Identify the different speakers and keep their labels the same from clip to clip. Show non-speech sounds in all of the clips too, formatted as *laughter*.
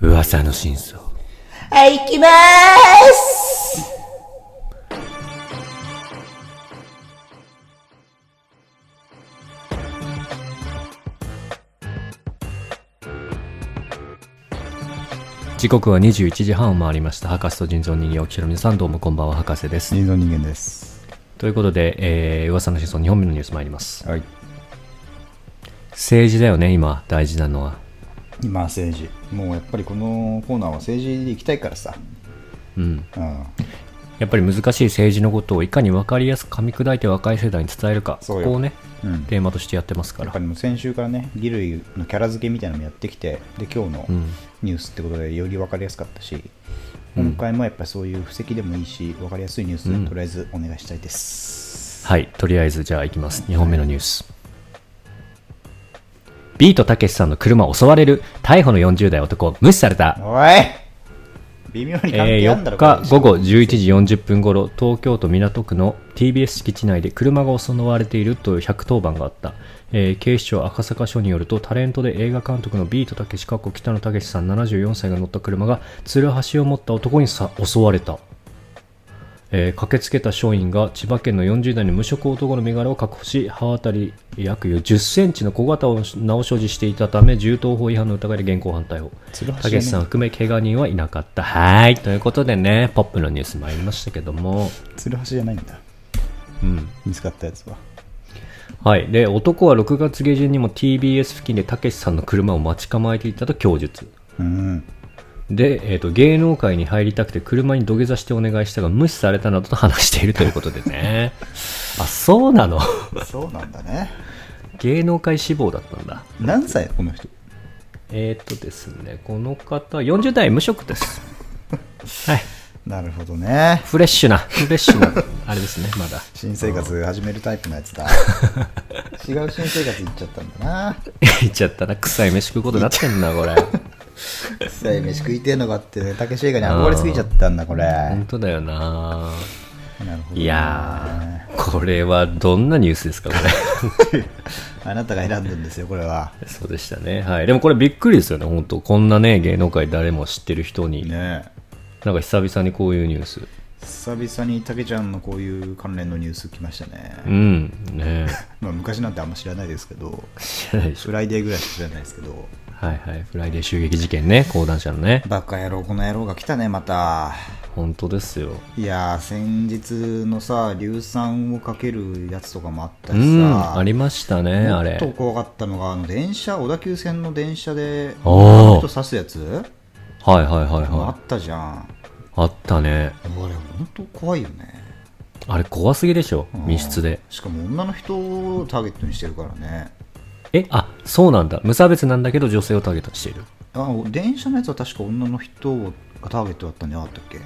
Speaker 1: 噂の真相
Speaker 2: はい、行きまーす
Speaker 1: 時刻は21時半を回りました博士と人造人形お聞きの皆さんどうもこんばんは博士です
Speaker 3: 人造人間です。
Speaker 1: ということで、えー、噂の真相2本目のニュース参ります
Speaker 3: はい。
Speaker 1: 政治だよね今大事なのは
Speaker 3: 今政治。もうやっぱりこのコーナーは政治で行きたいからさ。
Speaker 1: うん
Speaker 3: うん。
Speaker 1: やっぱり難しい政治のことをいかに分かりやすく噛み砕いて若い世代に伝えるか
Speaker 3: そう
Speaker 1: こ
Speaker 3: よ
Speaker 1: こをね
Speaker 3: うん、
Speaker 1: テーマとしてやってますか
Speaker 3: やっ
Speaker 1: ら
Speaker 3: ぱりもう先週からね、衣類のキャラ付けみたいなのもやってきて、で、今日の
Speaker 1: うん
Speaker 3: ニュースってことでより分かりやすかったし、
Speaker 1: うん
Speaker 3: 今回もやっぱりそういう布石でもいいし、分かりやすいニュースで、
Speaker 1: うん
Speaker 3: とりあえずお願いしたいです。
Speaker 1: はいとりあえずじゃあいきます2本目のニュース、ビートたけしさんの車襲われる逮捕の40代男無視された
Speaker 3: おい微妙に関
Speaker 1: え
Speaker 3: 係あんだ
Speaker 1: ー
Speaker 3: ろ、
Speaker 1: 4日午後
Speaker 3: これ
Speaker 1: 11時40分ごろ東京都港区の TBS 敷地内で車が襲われているという110番があった、えー警視庁赤坂署によるとタレントで映画監督のビートたけしかっこ北野武さん74歳が乗った車がつるはしを持った男にさ襲われた、えー駆けつけた署員が千葉県の40代の無職男の身柄を確保し刃渡り約1 0センチの小型を直所持していたため銃刀法違反の疑いで現行犯逮捕
Speaker 3: つるはし
Speaker 1: た
Speaker 3: はね
Speaker 1: けしさん含め怪我人はいなかった。はーい。ということでね、ポップのニュース参りましたけども。
Speaker 3: つるはしじゃないんだ。
Speaker 1: うん。
Speaker 3: 見つかったやつは。
Speaker 1: はい。で、男は6月下旬にも TBS 付近でたけしさんの車を待ち構えていたと供述。
Speaker 3: うん。
Speaker 1: で、えっ、と、芸能界に入りたくて車に土下座してお願いしたが無視されたなどと話しているということでね。 *laughs* あ、そうなの
Speaker 3: そうなんだね。
Speaker 1: 芸能界志望だったんだ。
Speaker 3: 何歳この人。
Speaker 1: えっ、とですね、この方、40代無職です。はい。
Speaker 3: なるほどね。
Speaker 1: フレッシュな、フレッシュな、あれですね、まだ。 *laughs*
Speaker 3: 新生活始めるタイプのやつだ違う新生活行っちゃったんだな *laughs*
Speaker 1: 言っちゃったな臭い飯食うことになってんなこれ
Speaker 3: 臭い飯食いてえのがあってねたけし映画に憧れすぎちゃったんだこれ
Speaker 1: 本当だよな
Speaker 3: なるほどね
Speaker 1: いやーこれはどんなニュースですかこれ
Speaker 3: *laughs* あなたが選んでんですよこれは
Speaker 1: そうでしたねはいでもこれびっくりですよね本当こんなね芸能界誰も知ってる人に、
Speaker 3: ね
Speaker 1: なんか久々にこういうニュース
Speaker 3: え久々にたけちゃんのこういう関連のニュース来ましたね、
Speaker 1: うんね
Speaker 3: まあ、昔なんてあんま知らないですけど
Speaker 1: 知らないでしょ
Speaker 3: フライデーぐらいしか知らないですけど
Speaker 1: はいはいフライデー襲撃事件ね講談社のね
Speaker 3: バカ野郎この野郎が来たねまた
Speaker 1: 本当ですよ
Speaker 3: いやー先日のさ硫酸をかけるやつとかもあった
Speaker 1: う
Speaker 3: しさ、
Speaker 1: んありましたねあ
Speaker 3: もっと
Speaker 1: れ
Speaker 3: 怖かったのが、あの電車、小田急線の電車で、
Speaker 1: あー
Speaker 3: 人刺すやつ、
Speaker 1: はいはいはい
Speaker 3: あ
Speaker 1: は
Speaker 3: ったじゃん。
Speaker 1: いあったね
Speaker 3: あれ、本当怖いよね。
Speaker 1: あれ怖すぎでしょ密室で
Speaker 3: しかも女の人をターゲットにしてるからね。
Speaker 1: えあそうなんだ無差別なんだけど女性をターゲットにしている
Speaker 3: あ電車のやつは確か女の人がターゲットだったんじゃなかったっけ
Speaker 1: へ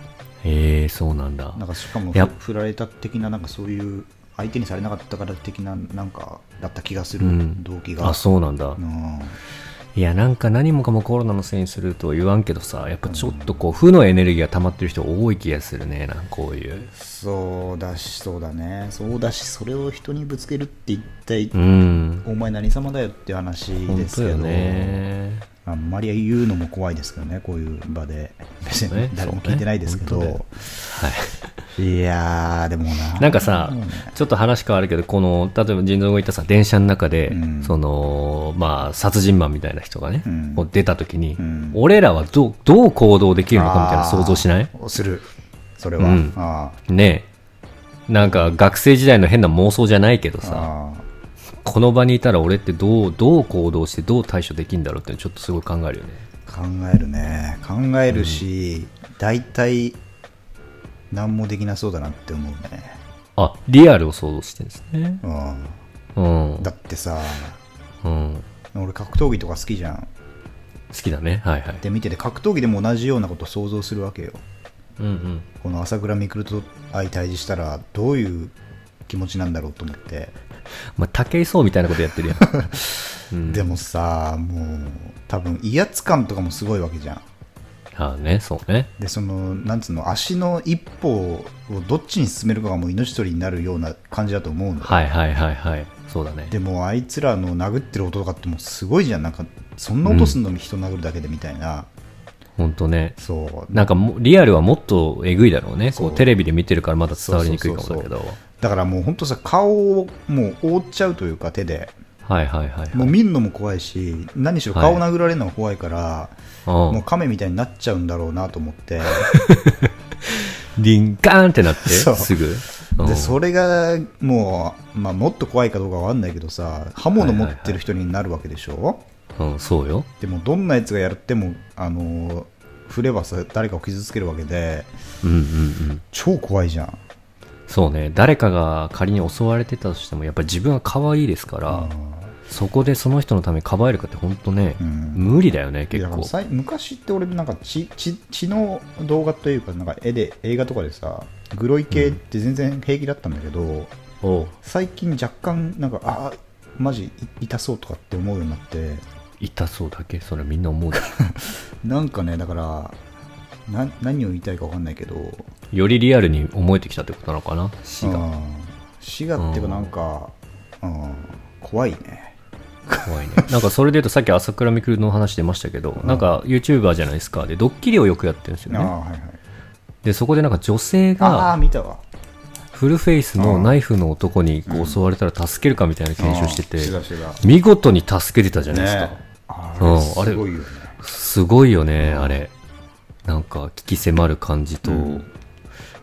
Speaker 1: えそうなんだ
Speaker 3: なんかしかも
Speaker 1: いや
Speaker 3: ふ振られた的な、なんかそういう、相手にされなかったから的な、なんか、だった気がする、
Speaker 1: うん
Speaker 3: 動機が。
Speaker 1: あそうなんだ
Speaker 3: うん
Speaker 1: いやなんか何もかもコロナのせいにするとは言わんけどさやっぱちょっとこう負のエネルギーが溜まってる人多い気がするねなんかこういう
Speaker 3: そうだし、そうだね。そうだし、それを人にぶつけるって一体、
Speaker 1: うん
Speaker 3: お前何様だよっていう話で
Speaker 1: 本
Speaker 3: す
Speaker 1: 当
Speaker 3: け
Speaker 1: よ
Speaker 3: ど、
Speaker 1: ね
Speaker 3: あんまり言うのも怖いですけどね、こういう場で、別
Speaker 1: ね
Speaker 3: に誰も聞いてないですけ
Speaker 1: そう
Speaker 3: ど、
Speaker 1: ね本はい
Speaker 3: いやー、でもな、
Speaker 1: なんかさ、ちょっと話変わるけど、この、例えば腎臓が言ったさ、電車の中で、
Speaker 3: うん
Speaker 1: その、まあ、殺人魔みたいな人がね、
Speaker 3: うん
Speaker 1: こう出た時に、
Speaker 3: うん
Speaker 1: 俺らはどう、どう行動できるのかみたいな想像しない
Speaker 3: あーする、それは、
Speaker 1: うん
Speaker 3: あ
Speaker 1: ねえ。なんか学生時代の変な妄想じゃないけど
Speaker 3: ー
Speaker 1: さ、
Speaker 3: あ
Speaker 1: この場にいたら俺ってどう、どう行動してどう対処できるんだろうってちょっとすごい考えるよね。
Speaker 3: ー考えるね、考えるし、大体、何もできなそうだなって思うね、
Speaker 1: あ、リアルを想像してるんですね。
Speaker 3: う
Speaker 1: うん。うん
Speaker 3: ん、だってさ、
Speaker 1: 好
Speaker 3: 俺、格闘技とか好きじゃん、
Speaker 1: きだね。はいはい。
Speaker 3: で見てて、格闘技でも同じようなことを想像するわけよ。
Speaker 1: うんうん。
Speaker 3: この朝倉未来と相対峙したらどういう気持ちなんだろうと思って、
Speaker 1: まあ、竹井壮みたいなことや
Speaker 3: *laughs*
Speaker 1: ってるやん。うん
Speaker 3: でもさもう多分威圧感とかもすごいわけじゃん
Speaker 1: ああね、そうね。
Speaker 3: でそのなんつうの足の一歩をどっちに進めるかがもう命取りになるような感じだと思うの、
Speaker 1: はいはいはいはい。そうだね。
Speaker 3: でもあいつらの殴ってる音とかってもうすごいじゃんなんかそんな音すんのに人殴るだけでみたいな、
Speaker 1: ほんとね。
Speaker 3: そう
Speaker 1: なんかもうリアルはもっとえぐいだろうね。
Speaker 3: そう
Speaker 1: こうテレビで見てるからまだ伝わりにくいかも
Speaker 3: そう
Speaker 1: だ
Speaker 3: そう
Speaker 1: け
Speaker 3: そう
Speaker 1: ど。
Speaker 3: だからもう本当さ顔をもう覆っちゃうというか手で
Speaker 1: はいはいはいはい。
Speaker 3: もう見んのも怖いし何しろ顔殴られるのが怖いから、
Speaker 1: う。
Speaker 3: もうんカメみたいになっちゃうんだろうなと思って
Speaker 1: リンカーンってなって、
Speaker 3: そう
Speaker 1: すぐ。 *laughs* うん
Speaker 3: でそれがもう、まあ、もっと怖いかどうかわかんないけどさ刃物持ってる人になるわけでしょ、
Speaker 1: うん、そうよ。
Speaker 3: でもどんなやつがやってもあの触ればさ誰かを傷つけるわけで
Speaker 1: うんうんうん。
Speaker 3: 超怖いじゃん
Speaker 1: そうね。誰かが仮に襲われてたとしても、やっぱり自分は可愛いですから、そこでその人のためにかばえるかって本当ね、
Speaker 3: うん
Speaker 1: 無理だよね、
Speaker 3: いや
Speaker 1: 結
Speaker 3: だか
Speaker 1: 構
Speaker 3: ら。さい昔って俺なんか血血血の動画というかなんか絵で映画とかでさグロい系って全然平気だったんだけど、
Speaker 1: おう
Speaker 3: 最近若干なんかああマジ痛そうとかって思うようになって
Speaker 1: 痛そうだけそれみんな思うよ。
Speaker 3: なんかねだからな何を言いたいか分かんないけど
Speaker 1: よりリアルに思えてきたってことなのかな死が。
Speaker 3: うん滋賀っていうかなんか、うん、怖いね
Speaker 1: 怖いね。なんかそれで言うとさっき朝倉未来の話出ましたけど、なんか YouTuber じゃないですか。で、ドッキリをよくやってるんですよ
Speaker 3: ああ
Speaker 1: ね。
Speaker 3: はいはい
Speaker 1: で、そこでなんか女性
Speaker 3: ああ
Speaker 1: が
Speaker 3: ー見たわ
Speaker 1: フルフェイスのナイフの男にこう襲われたら助けるかみたいな検証してて
Speaker 3: うん、滋賀滋賀
Speaker 1: 見事に助けてたじゃないですか。
Speaker 3: ねあ
Speaker 1: うんあれ
Speaker 3: れすごいよね
Speaker 1: すごいよね、あれ。なんか、聞き迫る感じと、
Speaker 3: うん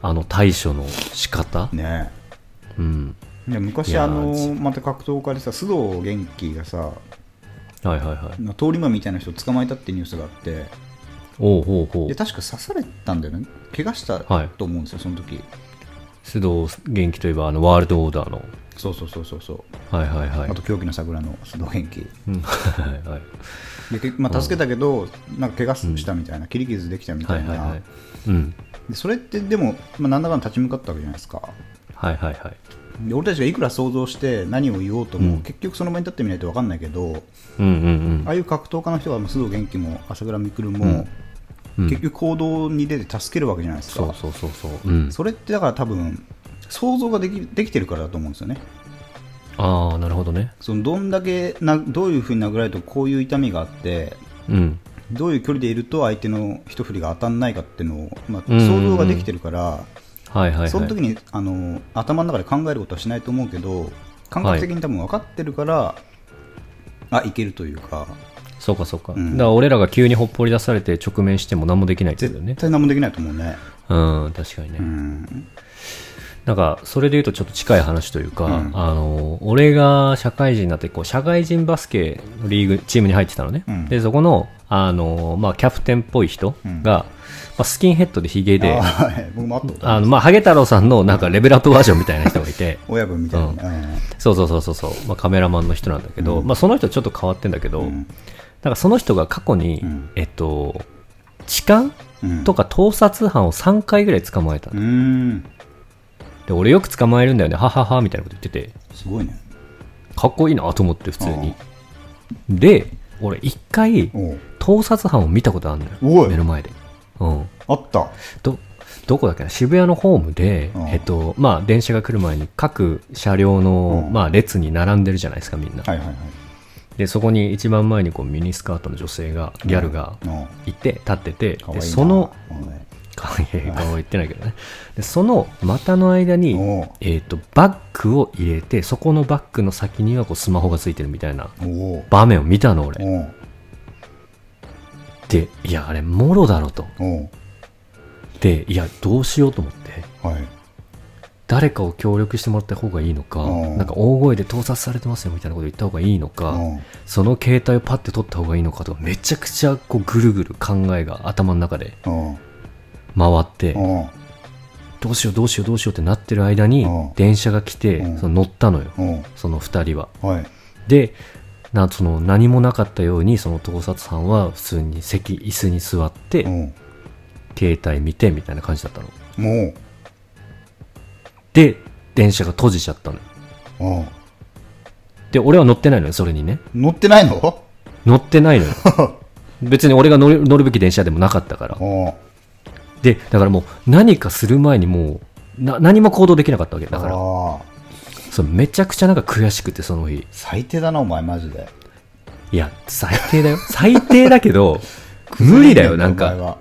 Speaker 1: あの対処の仕方、
Speaker 3: ね
Speaker 1: うん。
Speaker 3: いや昔
Speaker 1: いやー
Speaker 3: あのまた格闘家でさ須藤元気がさ
Speaker 1: はいはいはい。
Speaker 3: な通り魔みたいな人を捕まえたってニュースがあって
Speaker 1: おうほうほ
Speaker 3: で
Speaker 1: う。
Speaker 3: 確か刺されたんだよね怪我した
Speaker 1: はい
Speaker 3: と思うんですよ、その時
Speaker 1: 須藤元気といえば、あの、ワールドオーダーの。
Speaker 3: そうそうそうそうそう
Speaker 1: はいはいはい
Speaker 3: あ。と狂気の桜の須藤元気
Speaker 1: うんはいはいはい。
Speaker 3: でけまあ、助けたけど、なんか怪我したみたいな、切り傷できたみた
Speaker 1: はい
Speaker 3: いな、
Speaker 1: はいはい。うん。
Speaker 3: でそれってでも、まあ、なんだかんだ立ち向かったわけじゃないですか
Speaker 1: はいはいはい。
Speaker 3: で俺たちがいくら想像して何を言おうと
Speaker 1: う
Speaker 3: も、
Speaker 1: ん
Speaker 3: 結局その場に立ってみないと分かんないけど
Speaker 1: うんうん
Speaker 3: ああいう格闘家の人がまあ須藤元気も朝倉未来も、
Speaker 1: うん。うん
Speaker 3: 結局行動に出て助けるわけじゃないですか、
Speaker 1: そうそうそうそう。うん。
Speaker 3: それってだから多分想像ができできてるからだと思うんですよね
Speaker 1: ああ、なるほどね。
Speaker 3: そのどんだけなどういうふうに殴られるとこういう痛みがあって
Speaker 1: うん。
Speaker 3: どういう距離でいると相手の一振りが当たらないかっていうのを、まあ、
Speaker 1: うんうん
Speaker 3: 想像ができてるから、
Speaker 1: はいはいはい。
Speaker 3: その時にあの頭の中で考えることはしないと思うけど感覚的に多分分かってるから、あいけるというか
Speaker 1: そうかそうか。
Speaker 3: うん
Speaker 1: だから俺らが急にほっぽり出されて直面しても何もできないってことだよね
Speaker 3: 絶。対何もできないと思うね。
Speaker 1: うん、確かにね。
Speaker 3: うん
Speaker 1: なんか、それで言うとちょっと近い話というか、
Speaker 3: うん
Speaker 1: あの、俺が社会人になって、こう、社会人バスケのリーグ、チームに入ってたのね。
Speaker 3: うん
Speaker 1: で、そこの、あの、まあ、キャプテンっぽい人が、
Speaker 3: うん
Speaker 1: まあ、スキンヘッドでヒゲで、
Speaker 3: あ
Speaker 1: あ
Speaker 3: *laughs* はい僕もあったことある
Speaker 1: の、まあ、ハゲ太郎さんのなんかレベルアップバージョンみたいな人がいて、
Speaker 3: 親分みたいなね、
Speaker 1: そうそうそうそうそう、まあ、カメラマンの人なんだけど、
Speaker 3: うん
Speaker 1: まあ、その人ちょっと変わってんだけど、
Speaker 3: うん
Speaker 1: なんかその人が過去に、
Speaker 3: うん
Speaker 1: えっと、痴漢
Speaker 3: うん
Speaker 1: とか盗撮犯を3回ぐらい捕まえたの、
Speaker 3: うん
Speaker 1: で、俺よく捕まえるんだよね、ははは、みたいなこと言ってて、
Speaker 3: すごいね
Speaker 1: かっこいいなと思って普通にで俺一回
Speaker 3: おう
Speaker 1: 盗撮犯を見たことあるの
Speaker 3: お
Speaker 1: よ
Speaker 3: い
Speaker 1: 目の前でうん
Speaker 3: あった
Speaker 1: どどこだっけな渋谷のホームで
Speaker 3: うん、
Speaker 1: えっとまあ、電車が来る前に各車両の、
Speaker 3: うん
Speaker 1: まあ、列に並んでるじゃないですかみんな、
Speaker 3: はいはいはい
Speaker 1: でそこに一番前にこうミニスカートの女性がギャルが
Speaker 3: おう
Speaker 1: いて立ってて、
Speaker 3: かわいい
Speaker 1: で
Speaker 3: な
Speaker 1: その
Speaker 3: お
Speaker 1: 可愛い顔は言ってないけどねでその股の間に、
Speaker 3: うお
Speaker 1: えっとバッグを入れてそこのバッグの先にはこうスマホがついてるみたいな
Speaker 3: うおう
Speaker 1: 場面を見たの俺
Speaker 3: おう
Speaker 1: でいやあれもろだろと
Speaker 3: おう
Speaker 1: でいやどうしようと思って
Speaker 3: はい
Speaker 1: 誰かを協力してもらった方がいいのか
Speaker 3: うん
Speaker 1: なんか大声で盗撮されてますよみたいなこと言った方がいいのか
Speaker 3: おう
Speaker 1: その携帯をパッて取った方がいいのかとかめちゃくちゃこうぐるぐる考えが頭の中で
Speaker 3: おう
Speaker 1: 回って
Speaker 3: おう
Speaker 1: どうしようどうしようどうしようってなってる間に
Speaker 3: うん
Speaker 1: 電車が来
Speaker 3: う
Speaker 1: て
Speaker 3: ん
Speaker 1: その乗ったのよ
Speaker 3: お
Speaker 1: その2人は
Speaker 3: うはい
Speaker 1: でなその何もなかったようにその盗撮犯は普通に席椅子に座って
Speaker 3: おう
Speaker 1: 携帯見てみたいな感じだったの
Speaker 3: おう
Speaker 1: で電車が閉じちゃったのよ
Speaker 3: おう
Speaker 1: で俺は乗ってないのよそれにね
Speaker 3: 乗ってないの
Speaker 1: 乗ってないの
Speaker 3: *laughs*
Speaker 1: よ別に俺が乗る乗るべき電車でもなかったから
Speaker 3: おう
Speaker 1: でだからもう何かする前にもうな何も行動できなかったわけだから
Speaker 3: ああ
Speaker 1: そうめちゃくちゃなんか悔しくてその日
Speaker 3: 最低だなお前マジで
Speaker 1: *laughs* いや最低だよ最低だけど無理だよなん
Speaker 3: お
Speaker 1: か
Speaker 3: 前は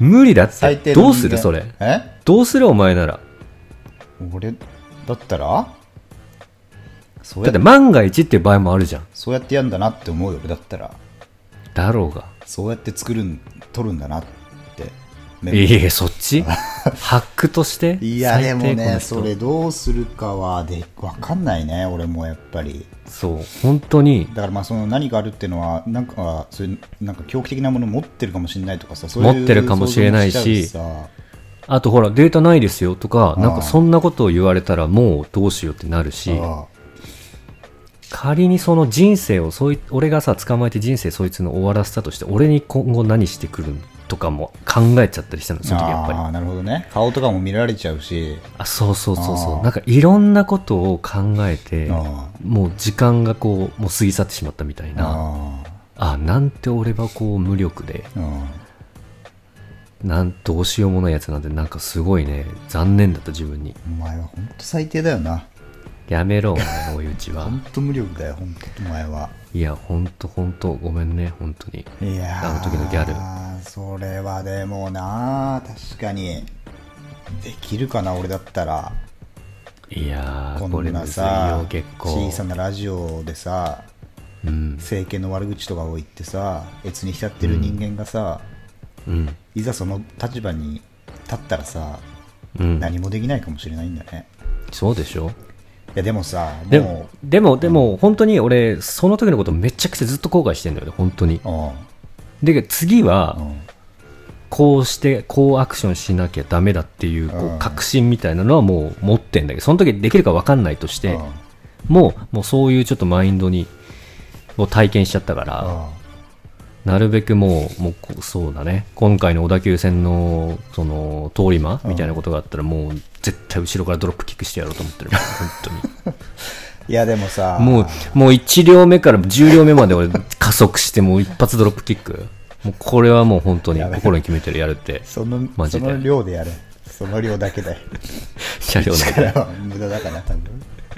Speaker 1: 無理だっ
Speaker 3: 最低
Speaker 1: て
Speaker 3: の人間
Speaker 1: どうするそれ
Speaker 3: え
Speaker 1: どうするお前なら
Speaker 3: 俺だったらそう
Speaker 1: だ
Speaker 3: や
Speaker 1: って万が一っていう場合もあるじゃん
Speaker 3: そうやってやんだなって思うよ俺だったら
Speaker 1: だろうが
Speaker 3: そうやって作るん取るんだなってメモ
Speaker 1: いえそっ
Speaker 3: *laughs*
Speaker 1: ちハックとして
Speaker 3: いやでも
Speaker 1: 最低この
Speaker 3: ね
Speaker 1: 人
Speaker 3: それどうするかはで分かんないね俺もやっぱり
Speaker 1: そう本当に
Speaker 3: だからまあその何があるっていうのはなんかそういうなんか狂気的なもの持ってるかもしれないとかさそういう
Speaker 1: 持ってるかもしれないし
Speaker 3: 想像もしちゃうさ
Speaker 1: あとほらデータないですよとか
Speaker 3: あ
Speaker 1: なんかそんなことを言われたらもうどうしようってなるし
Speaker 3: ああ
Speaker 1: 仮にその人生をそい俺がさ捕まえて人生そいつの終わらせたとして俺に今後何してくるとかも考えちゃったりしたのその時やっぱり
Speaker 3: ああなるほどね顔とかも見られちゃうし
Speaker 1: あそうそうそう
Speaker 3: あ
Speaker 1: そ
Speaker 3: ー
Speaker 1: うなんかいろんなことを考えて
Speaker 3: あ
Speaker 1: もう時間がこうもう過ぎ去ってしまったみたい
Speaker 3: あ
Speaker 1: な
Speaker 3: あ
Speaker 1: あなんて俺はこう無力で
Speaker 3: あうん
Speaker 1: なんどうしようもないやつなんてなんかすごいね残念だった自分に
Speaker 3: お前は本当最低だよな
Speaker 1: やめろお前の追い打ちは
Speaker 3: 本当無力だよ本当お前はい
Speaker 1: やほんとほんとごめんね本当に
Speaker 3: いやー
Speaker 1: あの時のギャル
Speaker 3: それはでもな確かにできるかな俺だったら
Speaker 1: いやーこ
Speaker 3: こ
Speaker 1: れ
Speaker 3: ん
Speaker 1: む
Speaker 3: な
Speaker 1: ずいよ
Speaker 3: さ
Speaker 1: 結構
Speaker 3: 小さなラジオでさ
Speaker 1: うん
Speaker 3: 政権の悪口とかを言ってさ越に浸ってる人間がさ、
Speaker 1: うん
Speaker 3: いざその立場に立ったらさ
Speaker 1: うん
Speaker 3: 何もできないかもしれないんだね
Speaker 1: そうでしょ
Speaker 3: いやでもさ
Speaker 1: で
Speaker 3: も
Speaker 1: もでもでも本当に俺その時のことめちゃくちゃずっと後悔してんだよね本当に
Speaker 3: う
Speaker 1: で次は、
Speaker 3: うんうん
Speaker 1: こうしてこうアクションしなきゃダメだっていうこ
Speaker 3: うん
Speaker 1: う確信みたいなのはもう持ってんだけどその時できるか分かんないとして
Speaker 3: うん
Speaker 1: もうもうそういうちょっとマインドにを体験しちゃったからなるべくもうもうこそうだね今回の小田急線のその通り魔みたいなことがあったらもう絶対後ろからドロップキックしてやろうと思
Speaker 3: *laughs*
Speaker 1: ってる本当に
Speaker 3: いやでもさ
Speaker 1: もうもう1両目から10両目まで俺加速してもう一発ドロップキックもうこれはもう本当に
Speaker 3: やべえ
Speaker 1: 心に決めてるやるっ
Speaker 3: *laughs*
Speaker 1: て
Speaker 3: その
Speaker 1: マ
Speaker 3: そ
Speaker 1: ジで
Speaker 3: の量でやれその量だけで
Speaker 1: 車両なんか
Speaker 3: 力は無駄だから多分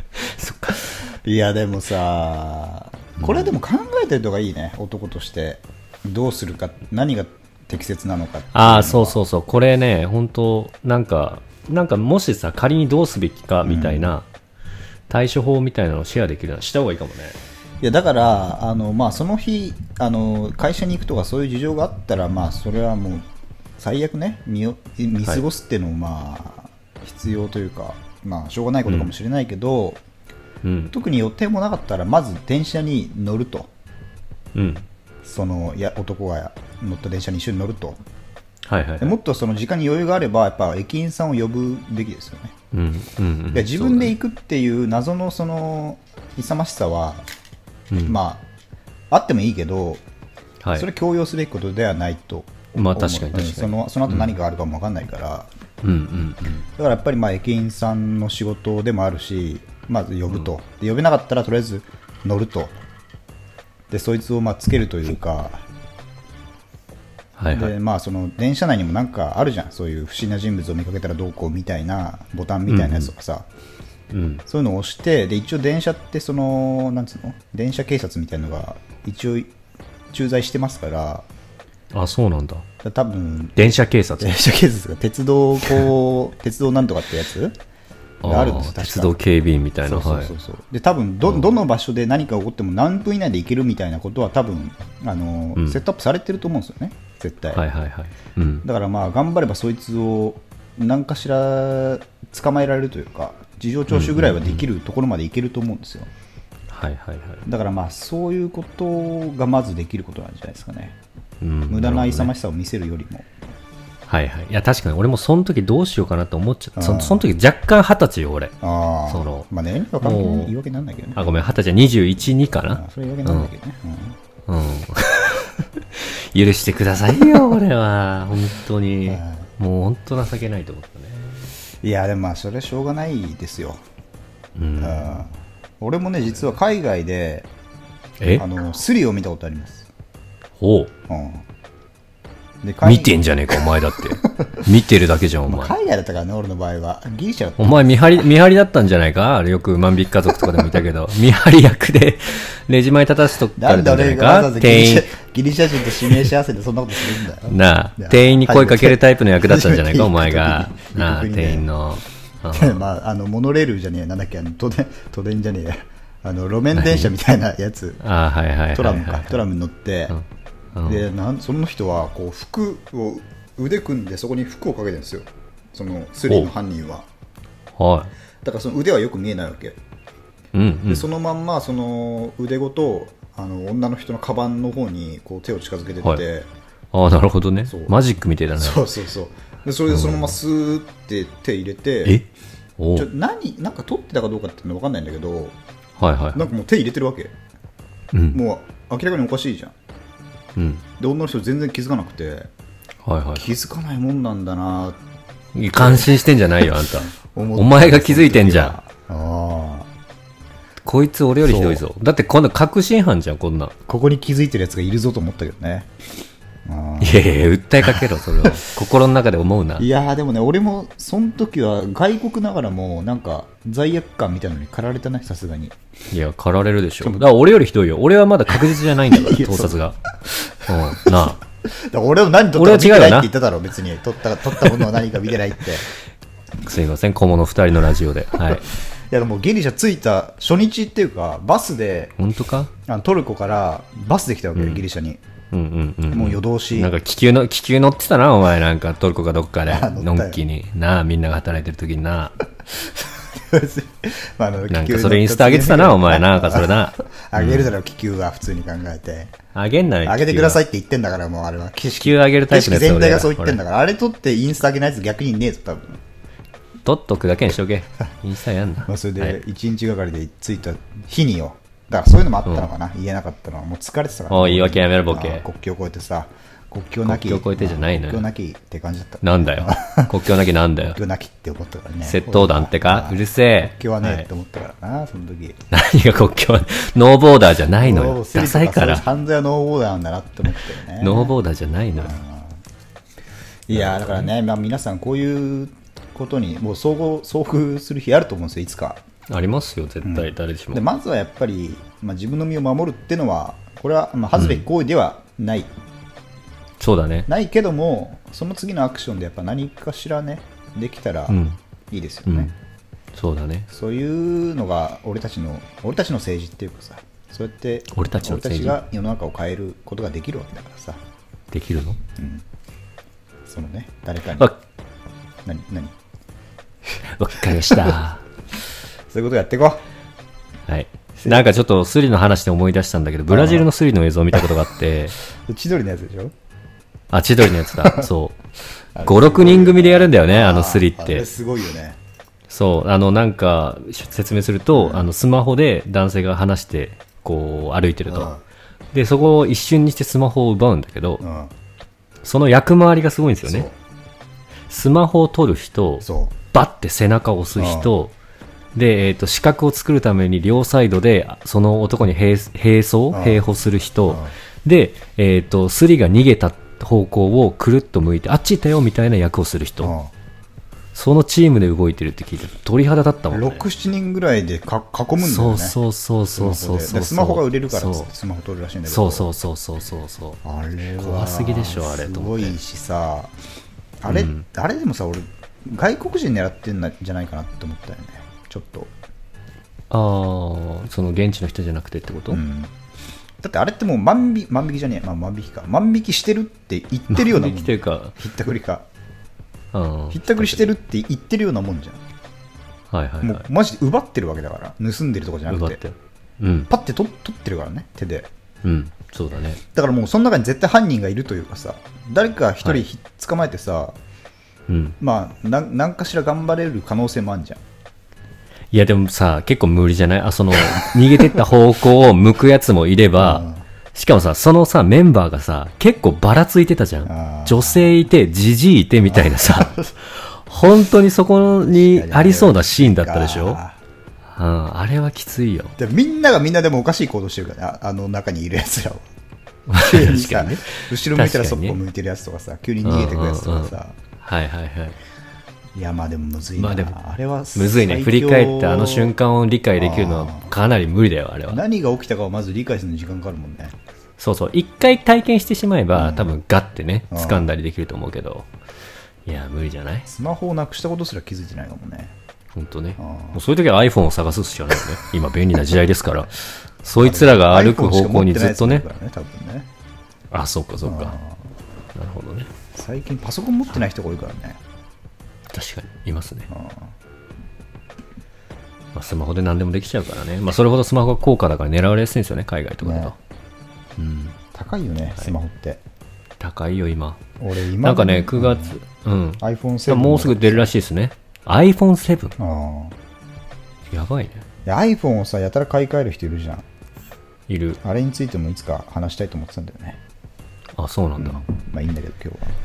Speaker 1: *laughs* そっか
Speaker 3: いやでもさこれでも考えてるのがいいね男としてどうするか何が適切なのかっていのは
Speaker 1: ああ、そうそうそう。これね、本当なんか、なんかもしさ、仮にどうすべきかみたいな、対処法みたいなのをシェアできるのはした方がいいかもね。
Speaker 3: いやだからあの、まあ、その日あの会社に行くとかそういう事情があったら、まあ、それはもう最悪ね見よ見過ごすっていうのも、まあ、必要というか、まあ、しょうがないことかもしれないけど、
Speaker 1: うん。
Speaker 3: 特に予定もなかったらまず電車に乗ると
Speaker 1: うん。
Speaker 3: そのいや男が乗った電車に一緒に乗ると
Speaker 1: はいはい、
Speaker 3: でもっとその時間に余裕があればやっぱ駅員さんを呼ぶべきですよね
Speaker 1: うん。うん。うん。
Speaker 3: いや自分で行くっていう謎のその勇ましさは、
Speaker 1: うん
Speaker 3: まああってもいいけど
Speaker 1: はい
Speaker 3: それ強要すべきことではないと
Speaker 1: まあ確かに
Speaker 3: 思う
Speaker 1: 確かに
Speaker 3: うんそのその後何があるかも分かんないから、
Speaker 1: うんうん
Speaker 3: だからやっぱりまあ駅員さんの仕事でもあるしまず呼ぶと、で呼べなかったらとりあえず乗るとでそいつをまあつけるというか、
Speaker 1: うん。はいはい。
Speaker 3: でまあその電車内にもなんかあるじゃんそういう不審な人物を見かけたらどうこうみたいなボタンみたいなやつとかさ、
Speaker 1: うん。
Speaker 3: そういうのを押してで一応電車ってそのなんつうの電車警察みたいなのが一応駐在してますから
Speaker 1: あ、そうなんだ。
Speaker 3: だ多分
Speaker 1: 電車警察
Speaker 3: 電。車警察が鉄道こう鉄道なんとかってやつがあるんです
Speaker 1: ー
Speaker 3: よ確か
Speaker 1: 鉄道警備員みたいな。
Speaker 3: そうそう
Speaker 1: はい
Speaker 3: そう。そうで多分どどの場所で何か起こっても何分以内で行けるみたいなことは多分あの、
Speaker 1: うん
Speaker 3: セットアップされてると思うんですよね絶対、
Speaker 1: はいはいはい。うん。
Speaker 3: だからまあ頑張ればそいつを何かしら捕まえられるというか事情聴取ぐらいはできるところまで行けると思うんですよ、
Speaker 1: はいはいはい。
Speaker 3: だからまあそういうことがまずできることなんじゃないですかね
Speaker 1: うん、
Speaker 3: 無駄な勇ま
Speaker 1: し
Speaker 3: しさを見せるよりも、
Speaker 1: はいはい。いや、確かに俺もその時どうしようかなと思っちゃった。そ
Speaker 3: あー
Speaker 1: のその時若干二十歳よ、俺。
Speaker 3: ああ
Speaker 1: その
Speaker 3: まあねわかんない
Speaker 1: もう
Speaker 3: 言い訳になんだけどね
Speaker 1: あ、ごめん、二十歳は21、2かな。
Speaker 3: あそれ言い訳になんだけどね、うん
Speaker 1: うん、許 *laughs* してくださいよ、これは。本当に
Speaker 3: はい。
Speaker 1: もう本当情けないと思ったね。
Speaker 3: いやでもまあそれはしょうがないですよ、
Speaker 1: うん、
Speaker 3: うん俺もね実は海外で
Speaker 1: え
Speaker 3: あのスリを見たことあります、
Speaker 1: ほう。
Speaker 3: うんで海
Speaker 1: 見てん *laughs* じゃねえか、お前だって。見てるだけじゃん、お
Speaker 3: まあ
Speaker 1: 前。
Speaker 3: 海外だったからね、俺の場合は。ギリシャだった
Speaker 1: お前見張り、見張りだったんじゃないかあれよく万引き家族とかでもいたけ
Speaker 3: *laughs*
Speaker 1: ど、見張り役で *laughs* レジ前立たすとか
Speaker 3: な
Speaker 1: れ
Speaker 3: ん
Speaker 1: た
Speaker 3: で
Speaker 1: んじゃない
Speaker 3: 俺がわざ
Speaker 1: か
Speaker 3: わざギリ
Speaker 1: 店
Speaker 3: シ
Speaker 1: 員
Speaker 3: *laughs* ャ、ギリシャ人と指名し合わせてそんなことするんだよ。
Speaker 1: なあ
Speaker 3: いや
Speaker 1: 店員に声かけるタイプの役だったんじゃ
Speaker 3: *laughs*
Speaker 1: ないか、
Speaker 3: 初
Speaker 1: お
Speaker 3: め
Speaker 1: 前
Speaker 3: て
Speaker 1: が。なあ、
Speaker 3: 初めて
Speaker 1: 店員の。うん
Speaker 3: *laughs* まあ、あの、モノレールじゃねえ、なんだっけ、あの、都電、都電じゃねえや、あの、路面電車みたいなやつ、
Speaker 1: ああ、はいはいはいはい。
Speaker 3: *laughs* トラ
Speaker 1: *laughs*
Speaker 3: ムか、トラムに乗って、
Speaker 1: うん
Speaker 3: で、なんその人は、こう、服を、腕組んで、そこに服をかけてるんですよ。その、スリーの犯人は。
Speaker 1: は
Speaker 3: だから、その腕はよく見えないわけ。
Speaker 1: い。うんう
Speaker 3: で
Speaker 1: ん。
Speaker 3: そのまんまその腕ごとあの女の人のカバンの方にこう手を近づけてって、
Speaker 1: はいああ、なるほどね
Speaker 3: そう。
Speaker 1: マジックみたいだね。
Speaker 3: そうそうそうでそれでそのままスーって手入れ
Speaker 1: え
Speaker 3: て、
Speaker 1: おう
Speaker 3: ちょ何なんか取ってたかどうかっていうの分かんないんだけど
Speaker 1: はいはい
Speaker 3: な。んかもう手入れてるわけ
Speaker 1: うん。
Speaker 3: もう明らかにおかしいじゃん
Speaker 1: うん。
Speaker 3: で女の人全然気づかなくて
Speaker 1: はいは
Speaker 3: 気づかないもんなんだなって
Speaker 1: い。感心してんじゃないよ、あんた。
Speaker 3: 思って
Speaker 1: お前が気づいてんじゃん
Speaker 3: その時はああ
Speaker 1: こいつ俺よりひどいぞ。だってこんな確信犯じゃん、こんなん。
Speaker 3: ここに気づいてるやつがいるぞと思ったけどねああ
Speaker 1: いやいや、訴えかけろ、それを。心の中で思うな。
Speaker 3: いやーでもね、俺もその時は外国ながらも、なんか罪悪感みたいなのに駆られたね、さすがに。
Speaker 1: いや、駆られるでしょ。だから俺よりひどいよ。俺はまだ確実じゃないんだから、
Speaker 3: いや
Speaker 1: 盗撮が。うん。なあ。
Speaker 3: だから俺は何取
Speaker 1: 俺は
Speaker 3: ったか見て
Speaker 1: 違うよ
Speaker 3: ないっ
Speaker 1: な
Speaker 3: て言っただろ、別に。取った取ったものは何か見てないって。い
Speaker 1: すいません、小物二人のラジオで。はい。
Speaker 3: や、でもギリシャ着いた初日っていうか、バスで、
Speaker 1: 本当か
Speaker 3: あのトルコからバスで来たわけよ、ギリシャに。
Speaker 1: うんうんうん。
Speaker 3: もう夜通し。
Speaker 1: なんか気球の、気球乗ってたな、お前なんか、トルコかどっかで
Speaker 3: あ乗った、よ
Speaker 1: のんきに。なあ、みんなが働いてる時に
Speaker 3: *laughs*
Speaker 1: な。
Speaker 3: *laughs* まああの
Speaker 1: なんかそれインスタ上げてたな、お前なんかそれ。な。
Speaker 3: 気球乗った上げるだろ、気球は普通に考えて。
Speaker 1: あげんなよ。
Speaker 3: 上げてくださ
Speaker 1: い。
Speaker 3: いって言ってんだから、もうあれは。景
Speaker 1: 気球上げるタイプのやつ
Speaker 3: 景色全体
Speaker 1: 俺
Speaker 3: が
Speaker 1: ら
Speaker 3: そう言ってんだから、あれ取ってインスタ上げないやつ逆にねえぞ、多分。
Speaker 1: 取っとくだけにし
Speaker 3: *laughs*
Speaker 1: とけ。インスタやんな。
Speaker 3: まあ、それ
Speaker 1: は
Speaker 3: で
Speaker 1: い
Speaker 3: 1日がかりで着いた日によ、だからそういうのもあったのかな、言えなかったのは、もう疲れてたから、
Speaker 1: おい言い訳やめろボケ
Speaker 3: ああ国境越えてさ、国境なき、
Speaker 1: 国境越えてじゃないのよ
Speaker 3: 国境なきって感じだっ
Speaker 1: *laughs*
Speaker 3: た。
Speaker 1: なん
Speaker 3: *laughs*
Speaker 1: だよ。国境なきなんだよ
Speaker 3: 国。境なきって思ったからね。
Speaker 1: 窃盗団ってか
Speaker 3: ああ
Speaker 1: うるせえ
Speaker 3: 国境はねえ
Speaker 1: はい
Speaker 3: って思ったからな、その時
Speaker 1: 何が国境、ノーボーダーじゃないの
Speaker 3: もう
Speaker 1: よ。
Speaker 3: スリ
Speaker 1: ダ
Speaker 3: と
Speaker 1: サいか
Speaker 3: そう
Speaker 1: ら。
Speaker 3: 犯罪はノーボーダーなんだなって思ったよね。
Speaker 1: ノーボーダーじゃないのよ。
Speaker 3: いやー、だからね、まあ、皆さん、こういうことに、もう遭遇遭遇する日あると思うんですよ、いつか。
Speaker 1: ありますよ、絶対、誰しも
Speaker 3: で。まずはやっぱり、まあ、自分の身を守るってのは、これは、まあ、恥ずべき行為ではない、
Speaker 1: そうだね。
Speaker 3: ないけども、その次のアクションでやっぱ何かしらね、できたら
Speaker 1: うん
Speaker 3: いいですよ
Speaker 1: う
Speaker 3: ね。
Speaker 1: ん。そうだね。
Speaker 3: そういうのが俺たちの、俺たちの政治っていうかさ、そうやって
Speaker 1: 俺たちの政治
Speaker 3: 俺たちが世の中を変えることができるわけだからさ、
Speaker 1: できるの
Speaker 3: そのね、誰かに、
Speaker 1: わ、
Speaker 3: 何、何、
Speaker 1: わかりま
Speaker 3: *laughs*
Speaker 1: した。
Speaker 3: そういうことやっていこう。
Speaker 1: はい。なんかちょっとスリの話で思い出したんだけど、ブラジルのスリの映像を見たことがあ
Speaker 3: *laughs*
Speaker 1: って、
Speaker 3: 千鳥のやつでしょ
Speaker 1: あ、千鳥のやつだ。そう。5、6人組でやるんだよね、あのスリっ
Speaker 3: あ
Speaker 1: て
Speaker 3: れ。すごいよね。
Speaker 1: そう、あの、なんか、説明すると、あの、スマホで男性が話して、こう、歩いてると。
Speaker 3: うん
Speaker 1: で、そこを一瞬にしてスマホを奪うんだけど、
Speaker 3: うん。
Speaker 1: その役回りがすごいんですよ
Speaker 3: そう
Speaker 1: ね。。スマホを取る人、
Speaker 3: そ
Speaker 1: バッて背中を押す人、で、えっ、と、視覚を作るために両サイドで、あその男に並並走、
Speaker 3: うん
Speaker 1: 並歩する人、
Speaker 3: うん
Speaker 1: で、えっ、と、スリが逃げた方向をくるっと向いて、あっち行ったよみたいな役をする
Speaker 3: う。
Speaker 1: 人、
Speaker 3: うん
Speaker 1: そのチームで動いてるって聞いて、鳥肌立ったもんね。
Speaker 3: 67人ぐらいでか囲むんだよね
Speaker 1: そうそうそうそうそう
Speaker 3: スマホで
Speaker 1: そう。
Speaker 3: でスマホが売れるからっつ
Speaker 1: そ
Speaker 3: ってスマホ取るらしいんだ
Speaker 1: う
Speaker 3: けど
Speaker 1: そうそうそうそうそうそう。
Speaker 3: あれは
Speaker 1: 怖すぎでしょあれ
Speaker 3: す
Speaker 1: と
Speaker 3: ご
Speaker 1: 思って
Speaker 3: いしさあれ、
Speaker 1: うん
Speaker 3: あれでもさ俺外国人狙ってんじゃないかなって思ったよねちょっと、
Speaker 1: ああ、その現地の人じゃなくてってこと、
Speaker 3: うんだってあれってもう万引万引きじゃねえ、まあ、万引きか万引きしてるって言ってるようなもん
Speaker 1: 来てるか。
Speaker 3: ひったくりか
Speaker 1: うん。は
Speaker 3: ひ
Speaker 1: い
Speaker 3: ったくりしてるって言ってるようなもんじゃん、
Speaker 1: はいはい。
Speaker 3: もうマジで奪ってるわけだから盗んでるとかじゃな
Speaker 1: 奪
Speaker 3: く
Speaker 1: ってて。うん。
Speaker 3: パッて取取ってるからね手で
Speaker 1: うん。そうだね。
Speaker 3: だからもうその中に絶対犯人がいるというかさ誰か一人ひ捕まえてさ、
Speaker 1: うん。
Speaker 3: まあなん何かしら頑張れる可能性もあるじゃん
Speaker 1: いやでもさ、結構無理じゃないあ、その、逃げてった方向を向くやつもいれば、しかもさ、そのさ、メンバーがさ、結構ばらついてたじゃ
Speaker 3: あ
Speaker 1: ん。
Speaker 3: ー
Speaker 1: 女性いて、じじいいてみたいな
Speaker 3: *laughs*
Speaker 1: さ、本当にそこにありそうなシーンだったでしょうん。
Speaker 3: か
Speaker 1: あれはきついよ。
Speaker 3: でみんながみんなでもおかしい行動してるからねああの中にいるやつらは急にさ
Speaker 1: *laughs* 確かにね
Speaker 3: 後ろ向いたらそっ
Speaker 1: 確か
Speaker 3: ぽ
Speaker 1: にね
Speaker 3: 向いてるやつとかさ急に逃げてくやつとかさ、
Speaker 1: はいはいはい。
Speaker 3: いやまあでもむずいな、
Speaker 1: まあでも
Speaker 3: れはむ
Speaker 1: むずいね。振り返ってあの瞬間を理解できるのはかなり無理だよ、あれは。
Speaker 3: 何が起きたかをまず理解するのに時間かかるもんね
Speaker 1: そうそう。一回体験してしまえば、多分ガッてね、
Speaker 3: うん
Speaker 1: 掴んだりできると思うけど。いや、無理じゃない
Speaker 3: スマホをなくしたことすら気づいてないかもね
Speaker 1: 本当ね。
Speaker 3: うん
Speaker 1: もうそういう時は iPhone を探すしかないよね。今便利な時代ですから。そいつらが歩く方向にずっとね
Speaker 3: iPhone し。か持ってないやつもいるからね多分ね
Speaker 1: あ、そうかそうか。
Speaker 3: うん
Speaker 1: なるほどね。
Speaker 3: 最近パソコン持ってない人が多いからね
Speaker 1: 確かに、いますね。まあ、スマホで何でもできちゃうからね。まあ、それほどスマホが高価だから狙われやすいんですよね、海外とかだと。
Speaker 3: ね高いよねスマホって、
Speaker 1: 高いよ、今。
Speaker 3: 俺今
Speaker 1: なんかね、9月、うん。
Speaker 3: iPhone7
Speaker 1: もうすぐ出るらしいですね。iPhone7。
Speaker 3: あ
Speaker 1: やばいね。
Speaker 3: iPhone をさやたら買い替える人いるじゃん
Speaker 1: いる。
Speaker 3: あれについてもいつか話したいと思ってたんだよね
Speaker 1: あ、そうなんだ。
Speaker 3: まあいいんだけど今日は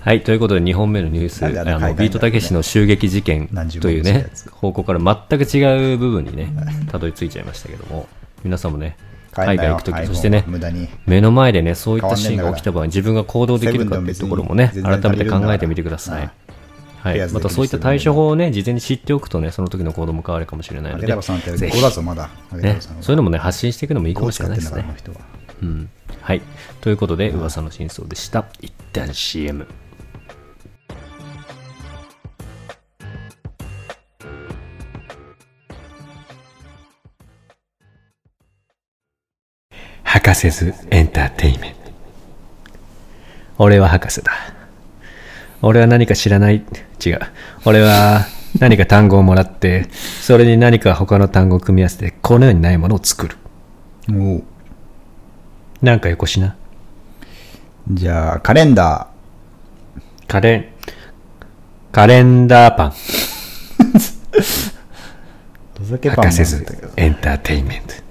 Speaker 1: はい、ということで2本目のニュース、
Speaker 3: なんであんな
Speaker 1: あ
Speaker 3: 海
Speaker 1: の
Speaker 3: 外
Speaker 1: ビートたけしの襲撃事件
Speaker 3: 何十
Speaker 1: と
Speaker 3: 万
Speaker 1: いう
Speaker 3: もしたや
Speaker 1: ね
Speaker 3: つ、
Speaker 1: 方向から全く違う部分にね、たどり着いちゃいましたけども、皆さんもね、
Speaker 3: 買え
Speaker 1: 海
Speaker 3: ない
Speaker 1: 外
Speaker 3: よ
Speaker 1: 行くとき、
Speaker 3: iPhone
Speaker 1: そしてね、
Speaker 3: 無駄に
Speaker 1: 目の前でね、そういったシーン
Speaker 3: 変わんねえんだか
Speaker 1: が
Speaker 3: ら
Speaker 1: 起きた場合、自分が行動できるかっていうところもね
Speaker 3: セ、ブンでも
Speaker 1: 改
Speaker 3: 別
Speaker 1: め
Speaker 3: に
Speaker 1: て考えてみてくださ
Speaker 3: 全
Speaker 1: い
Speaker 3: 然。
Speaker 1: は
Speaker 3: ペアー
Speaker 1: い、
Speaker 3: ズ
Speaker 1: またそういった対処法をね、事前に知っておくとね、その時の行動も変わるかもしれない
Speaker 3: あ
Speaker 1: の
Speaker 3: げ
Speaker 1: で、
Speaker 3: 太郎さんって
Speaker 1: ぜひ
Speaker 3: 5だぞまだあげ太
Speaker 1: ね
Speaker 3: 郎さん、
Speaker 1: そういうのもね、発信していくのもいいか
Speaker 3: 5
Speaker 1: もし
Speaker 3: 使
Speaker 1: れ
Speaker 3: っ
Speaker 1: な
Speaker 3: て
Speaker 1: い
Speaker 3: ん
Speaker 1: で
Speaker 3: だ
Speaker 1: す
Speaker 3: から
Speaker 1: ね
Speaker 3: あの。人は
Speaker 1: うん。はい。ということで、噂の真相でした。一旦 CM。
Speaker 4: 博士ズエンターテインメント。俺は博士だ。俺は何か知らない。違う。俺は何か単語をもらって、それに何か他の単語を組み合わせて、このようにないものを作る。
Speaker 3: おう
Speaker 4: なんかよこしな。
Speaker 3: じゃあカレンダ
Speaker 4: カレン、カレンダーパン。
Speaker 3: ーどざけパン
Speaker 4: 博士
Speaker 3: な
Speaker 4: ズ
Speaker 3: んだけど
Speaker 4: エンターテインメント。